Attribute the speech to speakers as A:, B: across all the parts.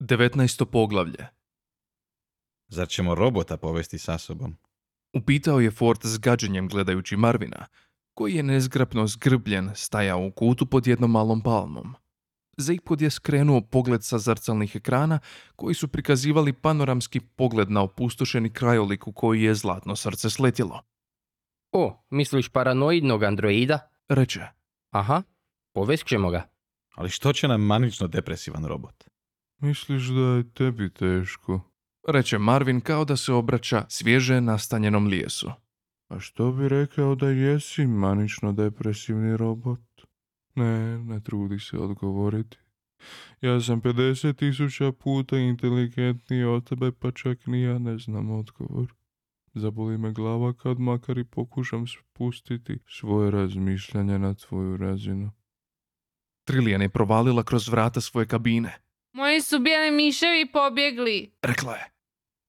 A: 19. poglavlje.
B: Zar ćemo robota povesti sa sobom?
A: Upitao je Ford s gađenjem gledajući Marvina, koji je nezgrapno zgrbljen stajao u kutu pod jednom malom palmom. Zejpod je skrenuo pogled sa zrcalnih ekrana koji su prikazivali panoramski pogled na opustošeni krajolik u koji je zlatno srce sletjelo.
C: O, misliš paranoidnog androida?
A: Reče,
C: Aha, povest ćemo ga.
B: Ali što će nam manično depresivan robot?
A: Misliš da je tebi teško? Reče Marvin kao da se obraća svježe nastanjenom lijesu. A što bi rekao da jesi manično depresivni robot? Ne, ne trudi se odgovoriti. Ja sam 50 tisuća puta inteligentniji od tebe, pa čak ni ja ne znam odgovor. Zaboli me glava kad makar i pokušam spustiti svoje razmišljanje na tvoju razinu. Trilijan je provalila kroz vrata svoje kabine.
D: Moji su bijeli miševi pobjegli.
A: rekla je.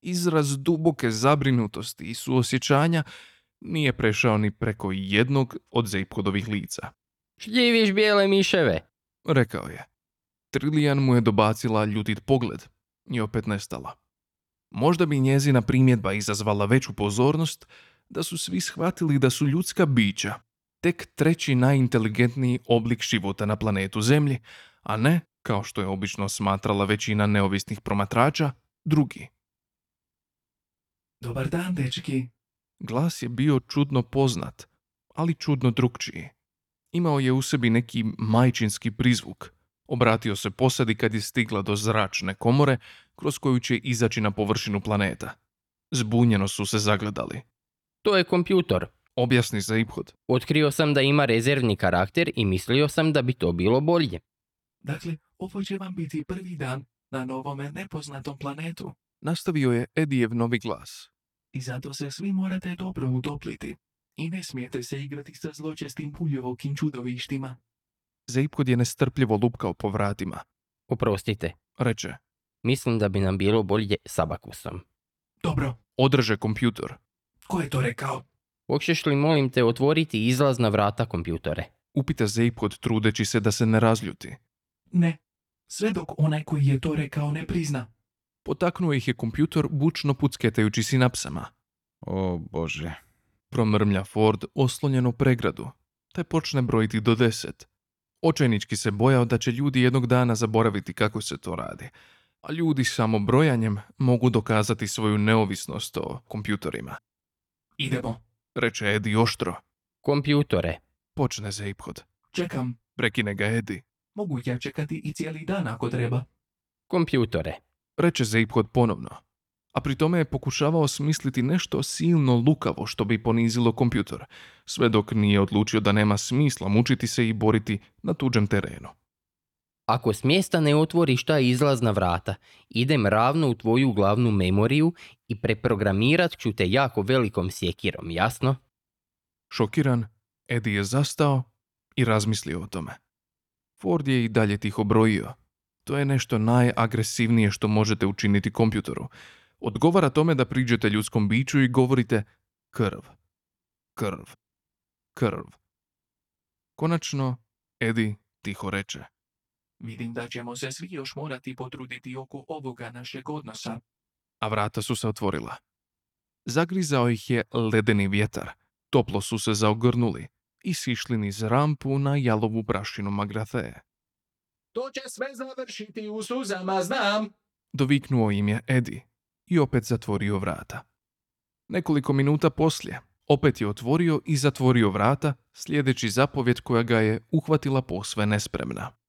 A: Izraz duboke zabrinutosti i suosjećanja nije prešao ni preko jednog od Zejpkodovih lica,
C: Šljiviš bijele miševe.
A: rekao je. Trilijan mu je dobacila ljutit pogled i opet nestala. Možda bi njezina primjedba izazvala veću pozornost da su svi shvatili da su ljudska bića tek treći najinteligentniji oblik života na planetu Zemlji, a ne, kao što je obično smatrala većina neovisnih promatrača, drugi. Dobar dan, dečki. Glas je bio čudno poznat, ali čudno drukčiji. Imao je u sebi neki majčinski prizvuk. Obratio se posadi kad je stigla do zračne komore kroz koju će izaći na površinu planeta. Zbunjeno su se zagledali.
C: To je kompjutor.
A: Objasni za iphod.
C: Otkrio sam da ima rezervni karakter i mislio sam da bi to bilo bolje.
E: Dakle, ovo će vam biti prvi dan na novome nepoznatom planetu
A: Nastavio je Edijev novi glas.
E: i zato se svi morate dobro utopliti. I ne smijete se igrati sa zločestim puljevokim čudovištima.
A: Zeiphod je nestrpljivo lupkao po vratima.
C: Oprostite,
A: Reče,
C: mislim da bi nam bilo bolje s abakusom.
E: Dobro,
A: održe kompjutor.
E: ko je to rekao?
C: Hoćeš li molim te otvoriti izlazna vrata kompjutore?
A: Upita Zeiphod trudeći se da se ne razljuti.
E: Ne. Sve dok onaj koji je to rekao ne prizna.
A: Potaknuo ih je kompjutor bučno pucketajući sinapsama.
B: O bože.
A: Promrmlja Ford oslonjeno pregradu, te počne brojiti do deset. Očajnički se bojao da će ljudi jednog dana zaboraviti kako se to radi, a ljudi samo brojanjem mogu dokazati svoju neovisnost o kompjutorima.
E: Idemo.
A: Reče Edi oštro.
C: Kompjutore.
A: Počne Zeiphod.
E: Čekam.
A: Prekine ga Edi.
E: Mogu ja čekati i cijeli dan ako treba.
C: Kompjutore.
A: Reče Zeiphod ponovno. A pri tome je pokušavao smisliti nešto silno lukavo što bi ponizilo kompjutor, sve dok nije odlučio da nema smisla mučiti se i boriti na tuđem terenu.
C: Ako s mjesta ne otvoriš ta izlazna vrata, idem ravno u tvoju glavnu memoriju i preprogramirat ću te jako velikom sjekirom, jasno?
A: Šokiran, Eddie je zastao i razmislio o tome. Ford je i dalje tiho brojio. To je nešto najagresivnije što možete učiniti kompjutoru. Odgovara tome da priđete ljudskom biću i govorite krv, krv, krv. Konačno, Eddie tiho reče.
E: Vidim da ćemo se svi još morati potruditi oko ovoga našeg odnosa.
A: a vrata su se otvorila. Zagrizao ih je ledeni vjetar, toplo su se zaogrnuli i sišli niz rampu na jalovu brašinu Magratheje.
E: To će sve završiti u suzama, znam.
A: Doviknuo im je Edi i opet zatvorio vrata. Nekoliko minuta poslije, opet je otvorio i zatvorio vrata, slijedeći zapovjed koja ga je uhvatila posve nespremna.